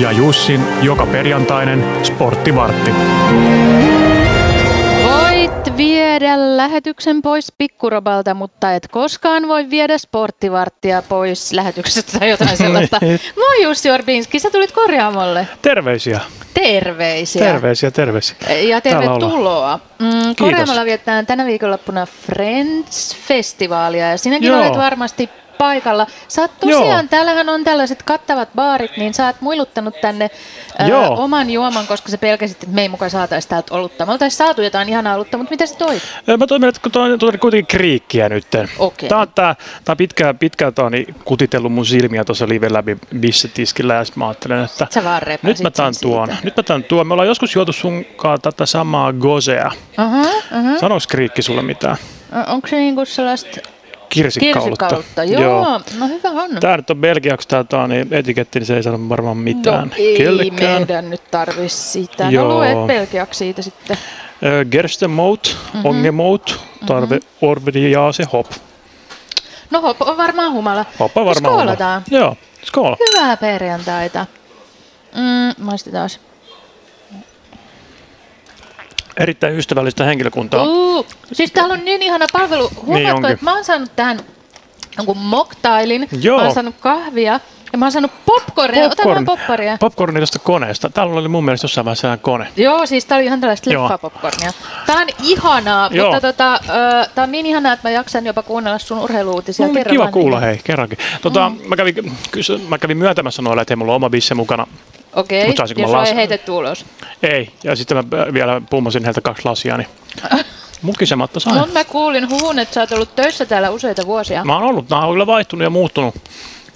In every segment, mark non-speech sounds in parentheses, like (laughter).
ja Jussin joka perjantainen sporttivartti. Voit viedä lähetyksen pois pikkurobalta, mutta et koskaan voi viedä sporttivarttia pois lähetyksestä (laughs) tai jotain sellaista. Niin. Moi Jussi Orbinski, sä tulit korjaamolle. Terveisiä. Terveisiä. Terveisiä, terveisiä. Ja Täällä ollaan. tervetuloa. Mm, Koreamalla Kiitos. vietetään tänä viikonloppuna Friends-festivaalia ja sinäkin Joo. olet varmasti paikalla. Sä oot tosiaan, Joo. täällähän on tällaiset kattavat baarit, niin sä oot muiluttanut tänne ö, Joo. oman juoman, koska sä pelkäsit, että me ei mukaan saataisi täältä olutta. Me oltaisiin saatu jotain ihanaa olutta, mutta mitä sä toit? Mä toimin, että kun tuo on kuitenkin kriikkiä nytten. Okei. Tää on, tää, tää on pitkään, pitkään tää on niin kutitellut mun silmiä tuossa live läpi bissetiskillä ja sit mä ajattelen, että Sä vaan repäsit nyt mä tämän sen tuon. siitä. Nyt mä tämän tuon. Me ollaan joskus juotu sunkaan tätä samaa gozea. Uh-huh, uh-huh. Sanois kriikki sulle mitään? Onko se niinku sellaista Kirsikkaulutta. kirsikautta? Joo. Joo, no hyvä on. Tää nyt on belgiaksi tää, tää on, niin etiketti, niin se ei sano varmaan mitään. No ei kellekään. meidän nyt tarvi sitä. Joo. No Joo. luet pelkiäksi siitä sitten. Ö, Gerstemout, mm-hmm. Ongemout, Tarve, mm-hmm. Orvidiaase, Hop. No hop on varmaan humala. Hoppa varmaan. on. Skoolataan. Joo, skool. Hyvää perjantaita. Mm, maistetaan. Erittäin ystävällistä henkilökuntaa. Uh, siis täällä on niin ihana palvelu. Huomaatko, onkin. että mä oon saanut tähän jonkun moktailin, Joo. mä oon saanut kahvia ja mä oon saanut popcornia. Ota vaan popcornia. Popcorni tuosta koneesta. Täällä oli mun mielestä jossain vaiheessa sellainen kone. Joo, siis tää oli ihan tällaista Joo. leffapopcornia. Tää on ihanaa, Joo. mutta tota, ö, tää on niin ihanaa, että mä jaksan jopa kuunnella sun urheiluutisia. No, Kerro kiva vaan niin kuulla, niitä. hei, kerrankin. Tota, mm. mä, kävin, kysy, mä kävin myöntämässä noille, että ei mulla on oma bisse mukana. Okei, Mut okay. saisinko jos mä sua ei las- heitetty ulos. Ei, ja sitten mä vielä pummasin heiltä kaksi lasia, niin mukisematta sain. Mun No, mä kuulin huhun, että sä oot ollut töissä täällä useita vuosia. Mä oon ollut, nämä on kyllä vaihtunut ja muuttunut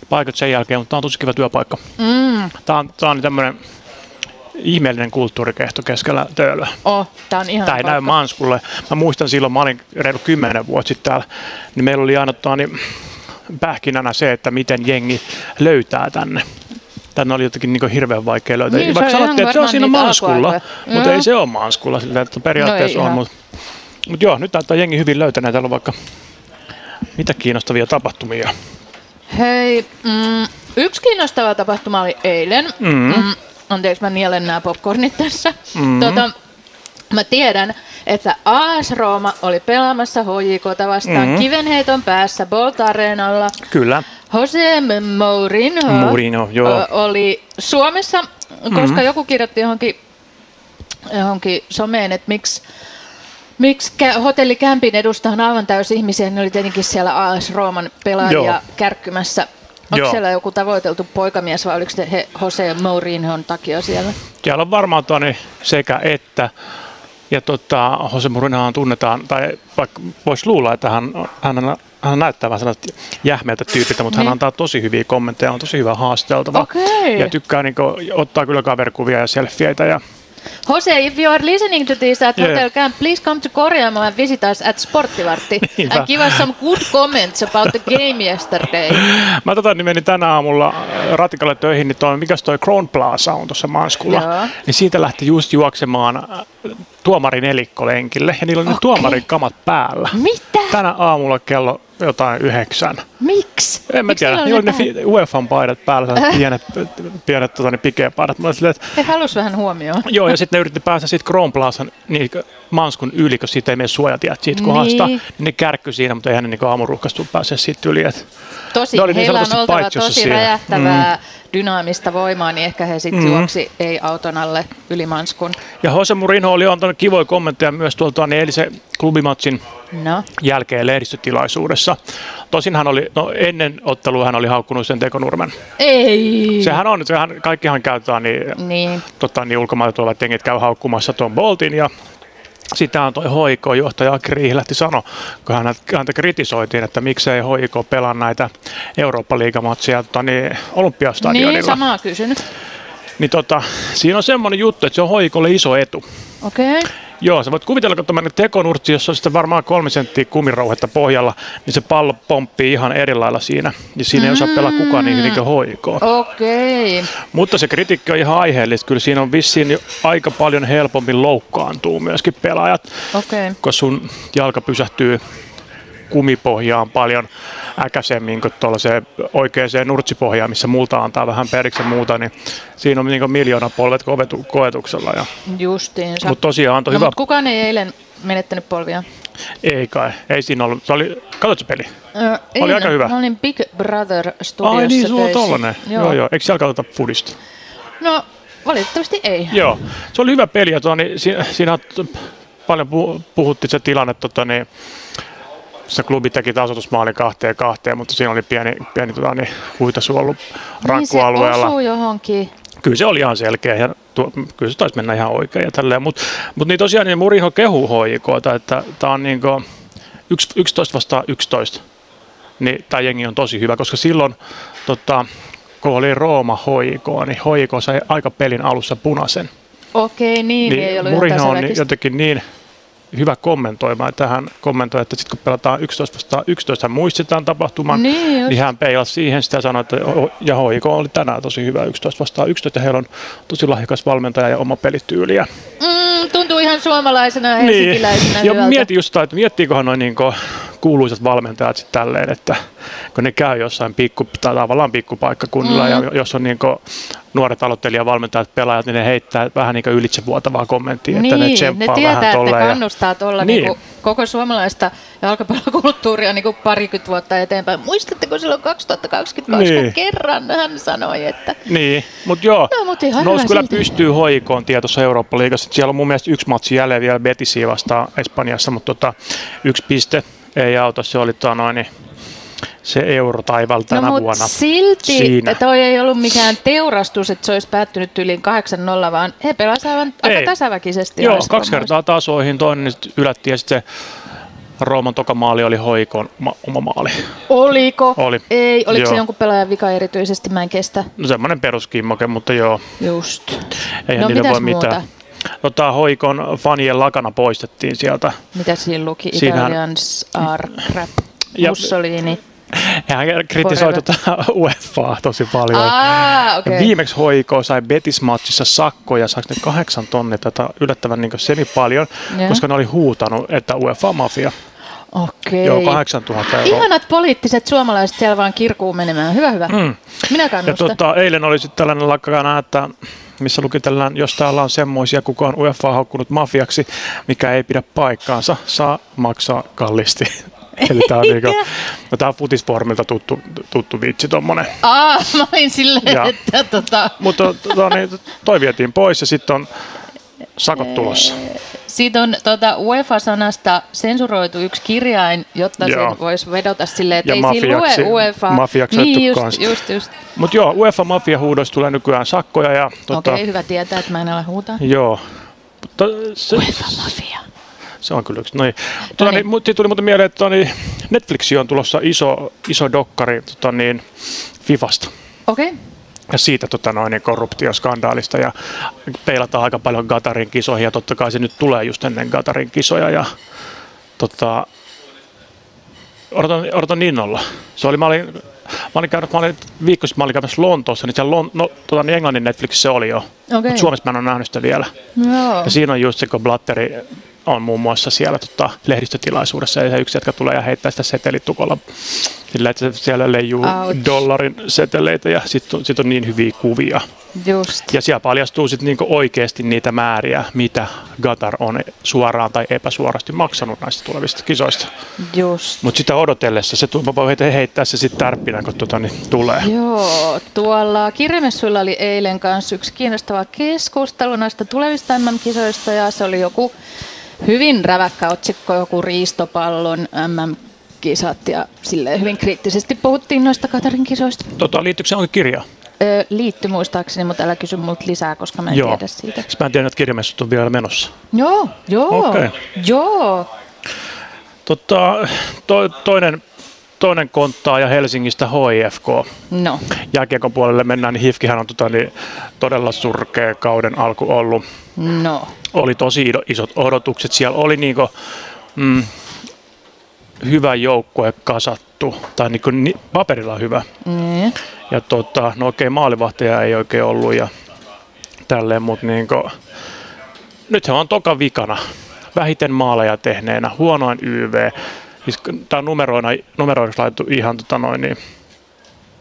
paikat sen jälkeen, mutta tämä on tosi kiva työpaikka. Mm. Tämä on, tää on tämmöinen ihmeellinen kulttuurikehto keskellä töölöä. Oh, tää on ihan Tämä ei näy Manskulle. Mä muistan silloin, mä olin reilu kymmenen vuotta sitten täällä, niin meillä oli aina tota, niin, pähkinänä se, että miten jengi löytää tänne. Tänne oli jotenkin niin hirveän vaikea löytää. Niin, se Vaikka oli ihan sanottiin, että se on varmaan siinä niitä Manskulla, alkuaikoja. mutta Joo. ei se ole Manskulla sillä, että periaatteessa No ei on. ihan. Mutta mut joo, nyt näyttää jengi hyvin löytäneen. Täällä on vaikka mitä kiinnostavia tapahtumia. Hei, mm, yksi kiinnostava tapahtuma oli eilen. Mm. Mm, anteeksi, mä nielen nämä popcornit tässä. Mm. Tota, mä tiedän, että AS Rooma oli pelaamassa HJKta vastaan mm. kivenheiton päässä Bolt Areenalla. Kyllä. Jose Mourinho, Mourinho, joo. Mhm. ö, oli Suomessa, koska joku kirjoitti johonkin, johonkin someen, että miksi, miksi kä- hotelli Kämpin edustaa on aivan täys ihmisiä, niin ne oli tietenkin siellä AS Rooman pelaajia Joo. kärkkymässä. Onko Joo. siellä joku tavoiteltu poikamies vai oliko se he Jose Mourinhon takia siellä? Siellä on varmaan tuonne sekä että. Ja tota, Jose Mourinhohan tunnetaan, tai vaikka voisi luulla, että hän, hän, hän näyttää vähän sellaista jähmeältä tyypiltä, mutta Niin. hän antaa tosi hyviä kommentteja, on tosi hyvä haasteltava. Okei. Ja tykkää niin kuin, ottaa kyllä kaverikuvia ja selfieitä. Ja, Jose, if you are listening to this at Yeah. Hotel Camp, please come to Koreamo and visit us at Sporttivartti Niinpä. and give us some good comments about the game (laughs) yesterday. Mä tota, niin menin tänä aamulla äh, ratikalle töihin, niin toi, mikäs toi Crown Plaza on tuossa Manskulla. Joo. Niin siitä lähti just juoksemaan äh, tuomarin elikkolenkille, ja niillä oli okay. ne Okei. Mm. tuomarin kamat päällä. Mitä? Tänä aamulla kello jotain yhdeksän. Miksi? En mä Miksi tiedä, niillä niillä oli oli ne mitään? fi- UEFan paidat päällä, sellaiset pienet, (laughs) pienet tota, niin pikepaidat. Mä olin silleen, että, He halus vähän huomioon. joo, ja sitten ne yritti päästä siitä Chrome Plazan niin, Manskun yli, kun siitä ei mene suojatiet siitä kohdasta. Niin. Niin. ne kärkky siinä, mutta eihän ne niin aamuruhkastu pääse siitä yli. Et, Tosi, Ne oli niin heillä on sanotusti oltava paitsiossa Mm. tosi siinä. räjähtävää dynaamista voimaa, niin ehkä he Mm. sitten juoksi ei auton alle yli manskun. ja Jose Mourinho oli antanut kivoja kommentteja myös tuolta niin eilisen klubimatsin No, jälkeen lehdistötilaisuudessa. Tosin hän oli, no ennen ottelua hän oli haukkunut sen tekonurmen. Niin. ei. Sehän on, sehän kaikkihan käytetään niin Niin. tota, niin ulkomailta tulevat jengit käy haukkumassa tuon Boltin ja sitähän toi hoiko johtaja Aki Riihilähti sanoi, kun hän, häntä kritisoitiin, että miksei hoiko pelaa näitä Eurooppa-liigamatseja tota, niin olympiastadionilla. Niin, samaa kysynyt. niin tota, siinä on semmoinen juttu, että se on hoikolle iso etu. Okei. Okay. Joo, sä voit kuvitella, kun tämmöinen tekonurtsi, jossa on sitten varmaan kolme senttiä kumirouhetta pohjalla, niin se pallo pomppii ihan eri lailla siinä. Ja siinä ei osaa pelaa kukaan niin hyvin kuin hoikoa. Okei. Okay. Mutta se kritiikki on ihan aiheellista. Kyllä siinä on vissiin jo aika paljon helpompi loukkaantuu myöskin pelaajat, Okei. Okay. kun sun jalka pysähtyy kumipohjaan paljon äkäisemmin kuin tuollaiseen oikeaan nurtsipohjaan, missä multa antaa vähän periksi ja muuta, niin siinä on niin miljoona polvet kovetu- koetuksella. Ja, Justiinsa. mutta tosiaan antoi no, hyvä... mut kukaan ei eilen menettänyt polvia. Ei kai, ei siinä ollut. Se oli, katsotko peli? Ö, Oli aika hyvä. Mä olin Big Brother studiossa Ai niin, sulla on töissä. tollanen. Joo. joo, joo. Eikö siellä katsota fudista? No, valitettavasti ei. Niin Joo, se oli hyvä peli ja tuota, niin, siinä, siinä t- paljon puh- puhuttiin se tilanne, tota, niin, se klubi teki tasoitusmaalin kahteen kahteen, mutta siinä oli pieni, pieni tota, niin, huitasu ollut niin se rankkualueella. osuu johonkin. kyllä se oli ihan selkeä ja tuo, kyllä se taisi mennä ihan oikein ja tälleen, mutta mut niin tosiaan niin Muriho kehuu hoikoita, että tämä on niin 11 vastaan 11, niin tämä jengi on tosi hyvä, koska silloin tota, kun oli Rooma hoikoa, niin hoiko sai aika pelin alussa punaisen Okei, niin, niin ei ollut Murino yhtään on niin selväkistä. jotenkin niin hyvä kommentoimaan, että hän kommentoi, että sitten kun pelataan 11 vastaan 11, hän muistetaan tapahtuman, Niin just. niin hän peilasi siihen sitä ja sanoi, että o- ja HIK oli tänään tosi hyvä 11 vastaan 11, ja heillä on tosi lahjakas valmentaja ja oma pelityyli. Ja, Mm, tuntuu ihan suomalaisena helsinkiläisenä Niin. ja hyvältä. mieti just sitä, että miettiikohan noin niin kuuluisat valmentajat sitten tälleen, että kun ne käy jossain pikku, tai tavallaan pikkupaikkakunnilla, mm. ja jos on niin nuoret aloittelijavalmentajat, pelaajat, niin ne heittää vähän niin itsevuotavaa kommenttia, niin, että ne tsemppaa tietää, vähän että tolleen. ja- kannustaa tuolla Niin. niin. niinku koko suomalaista jalkapallokulttuuria niinku parikymmentä vuotta eteenpäin. Muistatteko silloin 2022, Niin. kun kerran hän sanoi, että... Niin, mutta joo, No, mut ihan nousi hyvä kyllä silti. pystyy hoikoon tietossa Eurooppa-liigassa. Siellä on mun mielestä yksi matsi jälleen vielä Betisiä vastaan Espanjassa, mutta tota, yksi piste ei auta. Se oli tota noin, niin se eurotaival tänä no, mut vuonna. silti Siinä. toi ei ollut mikään teurastus, että se olisi päättynyt yliin 8-0, vaan he pelasivat aivan Ei. aika tasaväkisesti. Joo, olisi kaksi mun kertaa tasoihin, toinen niin sit ylättiin ja sitten se Rooman toka maali oli hoikoon oma, oma maali. mielestä. Oliko? Oli. Ei, oliko Joo. se jonkun pelaajan vika erityisesti? Mä en kestä. No semmoinen peruskimmoke, mutta joo, Just. ei No, niille voi mitäs muuta? mitään. Tota, hoikon fanien lakana poistettiin sieltä Mitä siinä luki? Siinähän- Italians are crap. Ja- Mussolini. Ja hän kritisoi Forever. tuota (laughs) UEFAa tosi paljon. Aa, okei. Ja Viimeksi HIK sai Betis-matsissa sakkoja, saako ne kahdeksan tonnia tätä yllättävän niin semi paljon, Joo. koska ne oli huutanut, että UEFA-mafia. Okei. Joo, 8000 euroa. Ihanat poliittiset suomalaiset siellä vaan kirkuu menemään. Hyvä, hyvä. Mm. Minä Ja kannustan. tota, eilen oli sitten tällainen lakana, että missä luki tällainen, jos täällä on semmoisia, kuka on UEFA haukkunut mafiaksi, mikä ei pidä paikkaansa, saa maksaa kallisti. (laughs) Eli tämä on, niinku, no, tää on futisformilta tuttu, tuttu vitsi tuommoinen. Aa, (laughs) mä olin silleen, Ja. että tota, Mutta tota, niin, toi vietiin pois ja sitten on sakot tulossa. siitä on tota, UEFA-sanasta sensuroitu yksi kirjain, jotta Joo. sen voisi vedota silleen, että Ja ei siinä mafiaksi- lue UEFA. mafiaksi otettu niin, just, kanssa. just, just. Mutta joo, UEFA mafiahuudoista tulee nykyään sakkoja ja tota, Okei, okay, hyvä tietää, että mä en ala huutaa. joo. Mutta se, Mafia. se, on kyllä yksi. Noin. Tota, niin, niin. mut siitä tuli muuten mieleen, että niin Netflixiin on tulossa iso, iso dokkari tota, niin, Fifasta Okei. Okay. ja siitä tota, noin, niin korruptioskandaalista ja peilataan aika paljon Gatarin kisoihin ja totta kai se nyt tulee just ennen Gatarin kisoja ja tota, odotan, odotan innolla. Se oli, mä olin, mä olin käynyt, mä olin viikko sitten, mä olin käymässä Lontoossa, niin siellä Lon, no, tota, niin Englannin Netflixissä se oli jo, okay. Okei. mutta Suomessa mä en ole nähnyt sitä vielä. Joo. Ja siinä on just se, kun Blatteri on muun muassa siellä tota, lehdistötilaisuudessa ja se yksi jätkä tulee ja heittää sitä setelitukolla sillä, että se siellä leijuu Ouch. dollarin seteleitä ja sitten on, sit on niin hyviä kuvia. Just. Ja siellä paljastuu sitten niinku oikeasti niitä määriä, mitä Qatar on suoraan tai epäsuorasti maksanut näistä tulevista kisoista. Just. Mutta sitä odotellessa, se tu- mä voin heti heittää se sitten tärppinä, kun tota, niin tulee. Joo, tuolla kirjamessuilla oli eilen kanssa yksi kiinnostava keskustelu näistä tulevista MM-kisoista ja se oli joku hyvin räväkkä otsikko, joku riistopallon MM-kisat ja silleen hyvin kriittisesti puhuttiin noista Katarin kisoista. Tota, liittyykö se onkin kirjaan? Öö, liitty muistaakseni, mutta älä kysy multa lisää, koska mä en Joo. tiedä siitä. Siis Mä en tiedä, että kirjamessut on vielä menossa. Joo, joo, Okei. okay. joo. Tota, to, toinen, toinen konttaa ja Helsingistä HIFK. No, Jääkiekon puolelle mennään, niin HIFKihän on tota, niin, todella surkea kauden alku ollut. no. Oli tosi ido- isot odotukset. Siellä oli niinku, mm, hyvä joukkue kasattu, tai niinku, ni, paperilla hyvä. Niin. Ja tota, no okei, maalivahteja ei oikein ollut ja tälleen, mutta niinku, nyt he on toka vikana. Vähiten maaleja tehneenä, huonoin YV, Siis tämä on numeroina, numeroiduksi laitettu ihan tota noin, niin,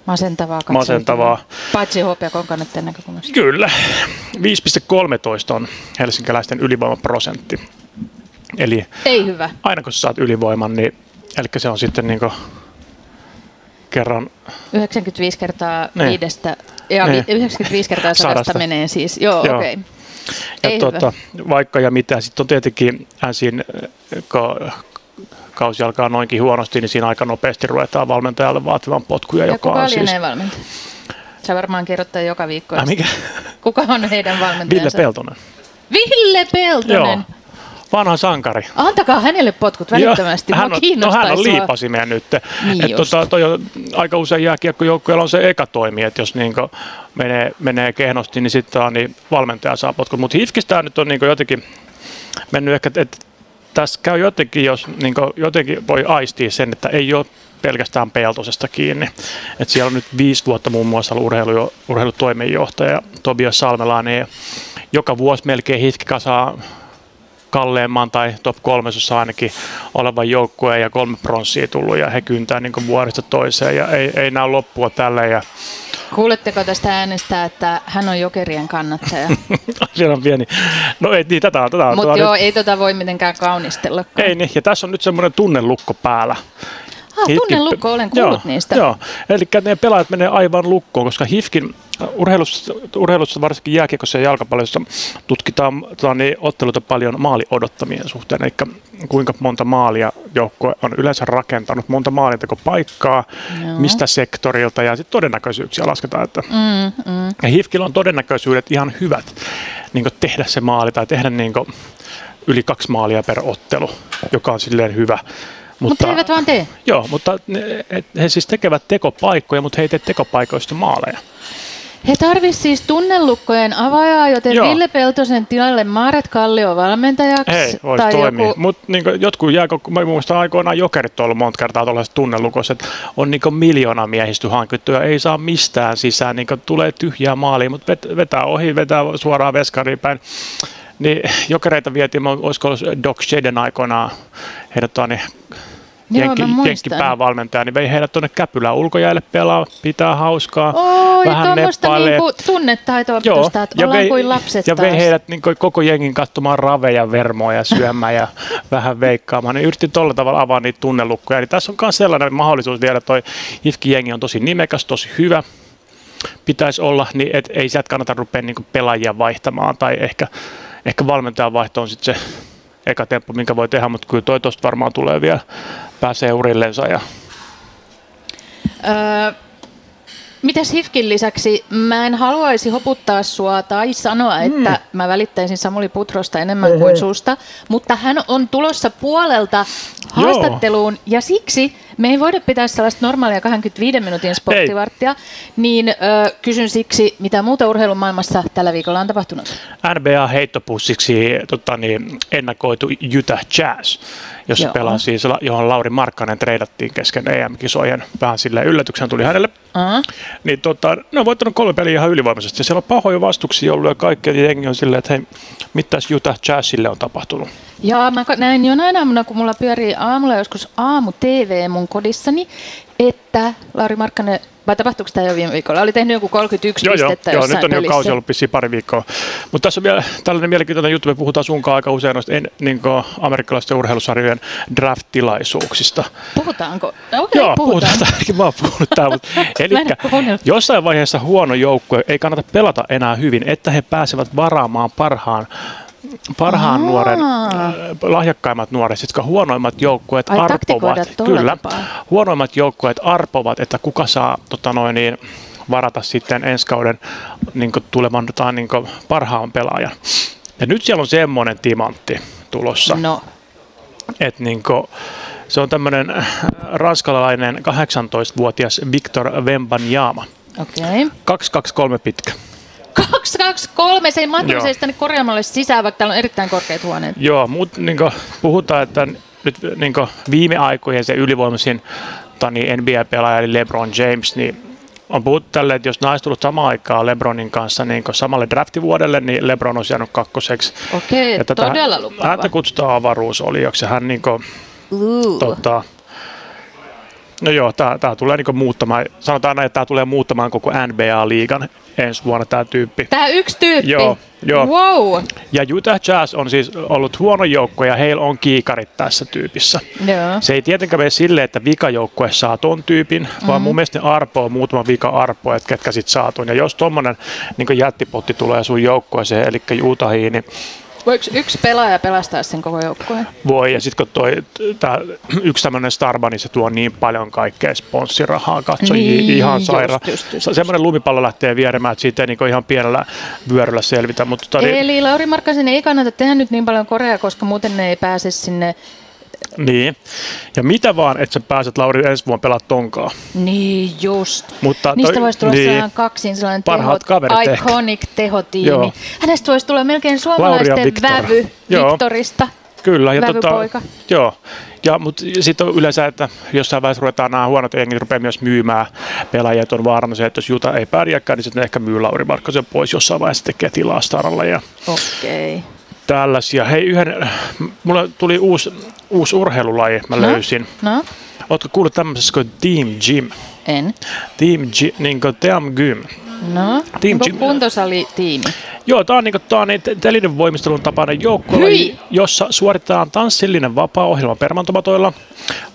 Masentavaa katsoa. masentavaa. Paitsi HPK kannattajien näkökulmasta. Kyllä. 5,13 on helsinkiläisten ylivoimaprosentti. Eli Ei hyvä. aina kun sä saat ylivoiman, niin eli se on sitten niin kerran 95 kertaa Niin. niin. viidestä. Ja Niin. niin. 95 kertaa sadasta, Sadasta. menee siis. Joo, Joo. okei. Okay. ja Ei tuota, vaikka ja mitä. Sitten on tietenkin äh, ensin, kun kausi alkaa noinkin huonosti, niin siinä aika nopeasti ruvetaan valmentajalle vaativan potkuja, Ja joka kuka on lienee siis... siis... valmentaja? Sä varmaan kirjoittaa joka viikko. Ai, mikä? Kuka on heidän valmentajansa? Ville Peltonen. Ville Joo. Peltonen. Vanha sankari. Antakaa hänelle potkut välittömästi. Joo, Mua hän on, no kiinnostaisi hän on olla- liipasimia nyt. Niin Et just. tota, toi on, aika usein jääkiekkojoukkueella on se eka toimi, että jos niinku menee, menee kehnosti, niin sitten on, niin valmentaja saa potkut. Mutta Hifkistä nyt on niinku jotenkin mennyt ehkä, että tässä käy jotenkin, jos niinku, jotenkin voi aistia sen, että ei ole pelkästään Peltosesta kiinni. Et siellä on nyt viisi vuotta muun muassa ollut urheilu, urheilutoimenjohtaja Tobias Salmelainen. ja Joka vuosi melkein Hifki kasaa kalleimman tai top kolmesessa ainakin olevan joukkueen ja kolme pronssia tullut ja he kyntää niin vuodesta toiseen ja ei, ei näy loppua tälle ja (laughs) Kuuletteko tästä äänestä, että hän on jokerien (laughs) kannattaja? siellä on pieni. No ei niin, tätä on, tätä on. Mutta tuo joo, nyt, ei tota voi mitenkään kaunistella. ei niin, ja tässä on nyt semmoinen tunnelukko päällä. Ah, Hifkin- tunnen lukko, olen kuullut joo, niistä. Joo, eli ne pelaajat menee aivan lukkoon, koska HIFKin äh, urheilussa, urheilussa varsinkin jääkiekossa ja jalkapallossa tutkitaan tota niin, otteluita paljon maali odottamien suhteen, eli kuinka monta maalia joukkue on yleensä rakentanut, monta maalintekopaikkaa, Joo. mistä sektorilta ja sitten todennäköisyyksiä lasketaan, että Mm, mm. ja HIFKillä on todennäköisyydet ihan hyvät niin tehdä se maali tai tehdä niin yli kaksi maalia per ottelu, joka on silleen hyvä. Mutta he eivät vaan tee. Joo, mutta ne, et, he siis tekevät tekopaikkoja, mutta he ei tee tekopaikoista maaleja. He tarvitsisivat siis tunnelukkojen avaajaa, joten Joo. Joo. Ville Peltosen tilalle Maaret Kallio valmentajaksi. Hei, voisi toimia. Joku... Mutta niin jotkut jääkö, mä muistan aikoinaan jokerit on ollut monta kertaa tuollaisessa tunnelukossa, että on niin miljoona miehisty hankittu ja ei saa mistään sisään, niin tulee tyhjää maaliin, mutta vet, vetää ohi, vetää suoraan veskariin päin. Niin jokereita vietiin, mä- olisiko ollut Doc Shedden aikoinaan, heidät tuo, niin Joo, jenki, mä muistan. jenkkipäävalmentaja, niin vei heidät tuonne käpylään ulkojäälle pelaa, pitää hauskaa, Oi, vähän tuommoista neppailee. niinku tunnetaitoa pitäisi, että ollaan kuin lapset ja taas. vei heidät niin koko jengin katsomaan raveja, vermoja, syömään ja (laughs) vähän veikkaamaan. Ne yritti tuolla tavalla avaa niitä tunnelukkoja. Eli tässä on myös sellainen mahdollisuus vielä, toi IFK-jengi on tosi nimekäs, tosi hyvä. Pitäisi olla, niin et ei sieltä kannata rupea niin pelaajia vaihtamaan tai ehkä, ehkä valmentajan vaihto on sitten se eka temppu, minkä voi tehdä, mutta kyllä toi tosta varmaan tulee vielä, pääsee urillensa ja Öö, mitäs Hifkin lisäksi? Mä en haluaisi hoputtaa sua tai sanoa, että mä välittäisin Samuli Putrosta enemmän kuin susta, mutta hän on tulossa puolelta Joo. haastatteluun ja siksi me ei voida pitää sellaista normaalia 25 minuutin sporttivarttia, niin öö, kysyn siksi, mitä muuta urheilumaailmassa tällä viikolla on tapahtunut. NBA-heittopussiksi tota, niin, ennakoitu Utah Jazz, jossa Joo. pelaa siis, johon Lauri Markkanen treidattiin kesken EM-kisojen. Vähän sille yllätyksen tuli hänelle. Uh-huh. Niin, tota, ne on voittanut kolme peliä ihan ylivoimaisesti. Siellä on pahoja vastuksia ollut ja kaikkea. ja Jengi on silleen, että hei, mitäs Utah Jazzille on tapahtunut? Joo, mä ko- näin jonain aamuna, kun mulla pyörii aamulla joskus aamu TV mun kodissani, että Lauri Markkanen, vai tapahtuuko tämä jo viime viikolla, oli tehnyt joku 31 Joo, joo, pistettä joo jossain nyt on jo pelissä. kausi ollut vissiin pari viikkoa. Mutta tässä on vielä tällainen mielenkiintoinen juttu, me puhutaan sunkaan aika usein noista en, niin amerikkalaisten urheilusarjojen draft-tilaisuuksista. Puhutaanko? No, Okei, Joo, puhutaan. puhutaan. Tämäkin mä oon puhunut tää, (laughs) (laughs) mutta, Mä en oo elikkä, kuunnellut. jossain vaiheessa huono joukkue ei kannata pelata enää hyvin, että he pääsevät varaamaan parhaan parhaan Aa. Aa. nuoren, äh, lahjakkaimmat nuoret, jotka huonoimmat joukkueet Ai, arpovat. taktikoida tolla Kyllä, tapaa. huonoimmat joukkueet arpovat, että kuka saa tota noin, niin, varata sitten ensi kauden niin tulevan tai, niin parhaan pelaajan. Ja nyt siellä on semmoinen timantti tulossa. No, Et niinku, se on tämmöinen ranskalainen 18-vuotias Victor Wembanyama. okei. Okay. 223 pitkä. 2, 2, 3, se ei mahtunut Joo. se edes tänne korjaamalle sisään, vaikka täällä on erittäin korkeat huoneet. Joo, mutta niinku, puhutaan, että nyt niinku, viime aikojen se ylivoimaisin tai niin NBA-pelaaja eli LeBron James, niin on puhuttu tälle, että jos naiset tullut samaan aikaan LeBronin kanssa niin samalle draftivuodelle, niin LeBron on jäänyt kakkoseksi. Okei, Ja okay, tätä- todella lupaava. Häntä kutsutaan avaruusolioksi. ja Hän niin Uu. Tota, no joo, tämä tulee niinku muuttamaan, sanotaan näin, että tämä tulee muuttamaan koko NBA-liigan ensi vuonna tämä tyyppi. Tää yksi tyyppi. Joo, joo. Wow. Ja Utah Jazz on siis ollut huono joukko ja heillä on kiikarit tässä tyypissä. Joo. Se ei tietenkään mene silleen, että vikajoukkue saa ton tyypin, mm-hmm. vaan mun mielestä ne arpoo muutama vika arpoo, että ketkä sit saa ton. Ja jos tommonen niin jättipotti tulee sun joukkueeseen, eli Utahiin, niin Voiko yksi pelaaja pelastaa sen koko joukkueen? voi. Ja sitten kun toi, tää, yksi tämmöinen starba, niin se tuo niin paljon kaikkea sponssirahaa katsojia, Niin, niin, ihan just, saira. just, just, just. Semmoinen lumipallo lähtee vieremään, että siitä ei niin ihan pienellä vyöryllä selvitä. Mutta tota, niin, Eli Lauri Markkasen ei kannata tehdä nyt niin paljon korea, koska muuten ne ei pääse sinne. niin. Ja mitä vaan, että sä pääset Lauri ensi vuonna pelaa tonkaan. Niin just. Mutta toi- Niistä voisi tulla niin. niin. kaksin sellainen Parhaat teho, kaverit ehkä. iconic tehotiimi. Joo. Hänestä voisi tulla melkein suomalaisten Victor. vävy Joo. Victorista. Kyllä. Ja Vävypoika. tota, joo. Ja, mutta sitten on yleensä, että jossain vaiheessa ruvetaan nämä huonot jengit rupeaa myös myymään pelaajia, että on vaarana se, että jos Juta ei pärjääkään, niin sitten ne ehkä myy Lauri Markkasen pois jossain vaiheessa tekee tilaa Staralle ja Okei. tällaisia. Hei, yhden, mulle tuli uusi, uusi urheilulaji, mä löysin. No, Ootko kuullut tämmöisestä kuin Team Gym? en. Team Gym, niin kuin Team Gym. No, Team onko Jim- kuntosalitiimi. Joo, tämä on, niin, tää on niin te- telinen voimistelun tapainen joukkolaji, Hyi! jossa suoritetaan tanssillinen vapaa-ohjelma permantomatoilla,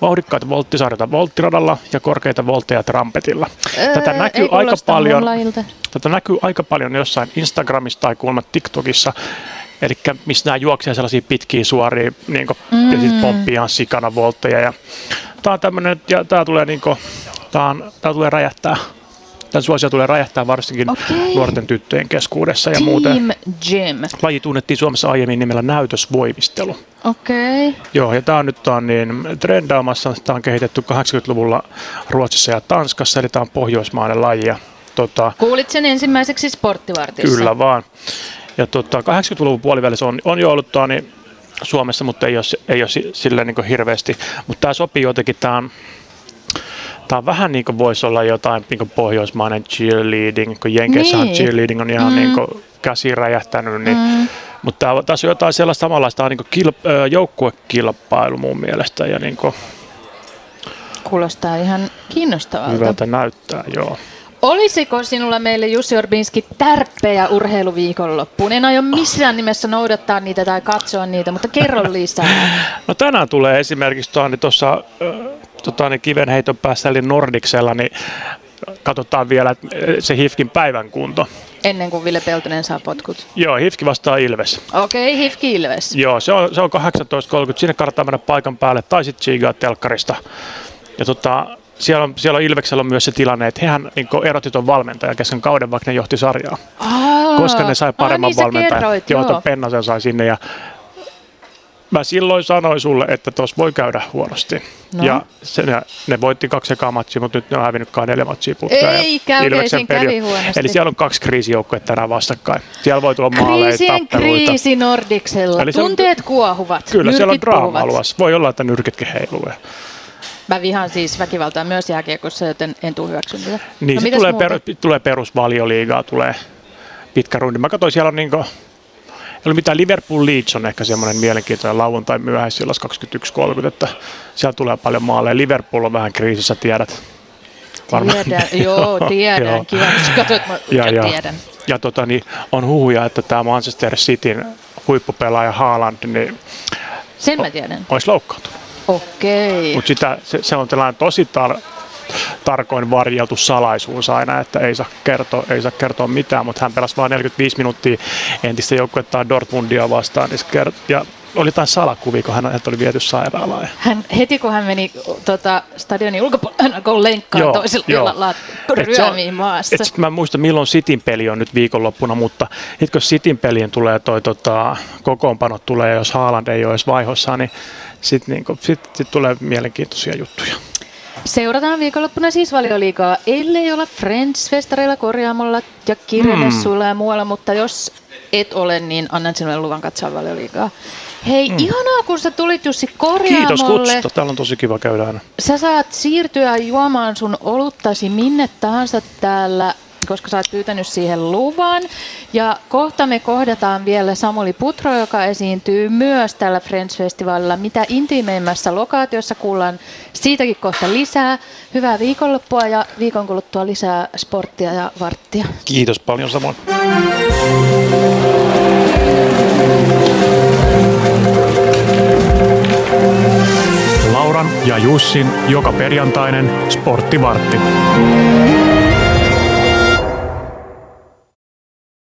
vauhdikkaita volttisarjoita volttiradalla ja korkeita voltteja trampetilla. Tätä Öö, näkyy ei aika kuulosta mun paljon, lajilta. tätä näkyy aika paljon jossain Instagramissa tai kuulemma TikTokissa, eli missä nämä juoksee sellaisia pitkiä suoria niin kuin, mm. ja sitten pomppii ihan sikana voltteja. Ja, tämä on tämmöinen, ja tämä tulee, niin kuin, tää on, tää tulee räjähtää. Tämän suosia tulee räjähtää varsinkin Okei. nuorten tyttöjen keskuudessa ja muuten. Team Gym. Laji tunnettiin Suomessa aiemmin nimellä näytösvoimistelu. Okei. Okay. Joo, ja tämä on nyt tää on niin trendaamassa. Tämä on kehitetty 80-luvulla Ruotsissa ja Tanskassa, eli tämä on pohjoismainen laji. Ja, tota, Kuulit sen ensimmäiseksi sporttivartissa. kyllä vaan. Ja tota, 80-luvun puolivälissä on, on jo ollut tää niin Suomessa, mutta ei ole, si- ei ole si- silleen niin hirveästi. Mutta tämä sopii jotenkin, tämä on, tää on vähän niin kuin voisi olla jotain niin kuin pohjoismainen cheerleading, kun Jenkeissähän Niin. niin. cheerleading on ihan mm. niin kuin käsi räjähtänyt, niin mm. Mutta tää on- tässä on jotain sellaista samanlaista, tää on niinku kilp- ö, joukkuekilpailu mun mielestä ja niinku Kuulostaa ihan kiinnostavalta. hyvältä näyttää, joo. Olisiko sinulla meille Jussi Orbinski tärppejä urheiluviikonloppuun? En aio missään nimessä noudattaa niitä tai katsoa niitä, mutta kerro lisää. No tänään tulee esimerkiksi tuossa niin tossa, ö, tota, niin kivenheiton päässä eli Nordiksella, niin katsotaan vielä että, ö, se HIFKin päivän kunto. Ennen kuin Ville Peltonen saa potkut. Joo, HIFKI vastaa Ilves. Okei, okay, Hifki Ilves. Joo, se on, se on 18.30, sinne kannattaa mennä paikan päälle tai sitten chigaa telkkarista. Ja tota, siellä on, siellä on Ilveksellä on myös se tilanne, että hehän niin erotti tuon valmentajan kesken kauden, vaikka ne johti sarjaa. Aa, koska ne sai paremman niin sä valmentajan. Kerroit, joo, joo. ton Pennasen sai sinne ja mä silloin sanoin sulle, että tuossa voi käydä huonosti. No. No. Ja se, ne, ne voitti kaksi ekaa matsia, mutta nyt ne on hävinnyt kai neljä matsia putkeen. Eikä, Ja okei, Ilveksen siinä kävi peli on- huonosti. Eli siellä on kaksi kriisijoukkoja tänään vastakkain. Siellä voi tulla maaleja, Kriisien tappeluita. kriisi Nordiksella. Eli se on- Tunteet kuohuvat. Kyllä, siellä on nyrkit draamaa puhuvat. luossa. Voi olla, että nyrkitkin heiluu. Mä vihaan siis väkivaltaa myös jääkiekossa, joten en tule hyväksymään sitä. Niin, no, mitäs tulee, muuta? per, tulee perusvalioliigaa, tulee pitkä rundi. Mä katsoin, siellä on niinku, ei ole mitään Liverpool Leeds on ehkä semmoinen mielenkiintoinen lauantai myöhäisillä 21.30, että siellä tulee paljon maaleja. Liverpool on vähän kriisissä, tiedät. (laughs) Tiedän, joo, tiedän. Joo. Kiva, kun sä katsoit, mä ja, tiedän. Ja tota, niin on huhuja, että tämä Manchester Cityn huippupelaaja Haaland niin Sen mä tiedän. olisi loukkaantunut. Okei. Mutta sitä, se, se, on tällainen tosi tar- tarkoin varjeltu salaisuus aina, että ei saa kertoa, ei saa kertoa mitään, mutta hän pelasi vain 45 minuuttia entistä joukkuetta Dortmundia vastaan. Niin se kert- ja oli jotain salakuvia, kun hän, hänet oli viety sairaalaan. Hän, heti kun hän meni tota, stadionin ulkopuolelle, hän alkoi lenkkaa joo, toisella joo. jalalla Et se on- ryömiin maassa. Et sit mä en muista milloin Sitin peli on nyt viikonloppuna, mutta sit kun Sitin peliin tulee toi tota, kokoonpano tulee, jos Haaland ei ole edes vaihossa, niin sitten niinku, sit, sit tulee mielenkiintoisia juttuja. Seurataan viikonloppuna siis valioliikaa, ellei olla Friends-festareilla, korjaamolla ja kirjamessuilla Mm. ja muualla, mutta jos et ole, niin annan sinulle luvan katsoa valioliikaa. Hei, mm. ihanaa, kun sä tulit Jussi korjaamolle. Kiitos kutsusta, täällä on tosi kiva käydä aina. Sä saat siirtyä juomaan sun oluttasi minne tahansa täällä koska sä oot pyytänyt siihen luvan. Ja kohta me kohdataan vielä Samuli Putro, joka esiintyy myös tällä Friends-festivaalilla. Mitä intiimeimmässä lokaatiossa kuullaan siitäkin kohta lisää. Hyvää viikonloppua ja viikon kuluttua lisää sporttia ja varttia. Kiitos paljon samoin. Lauran ja Jussin joka perjantainen sporttivartti.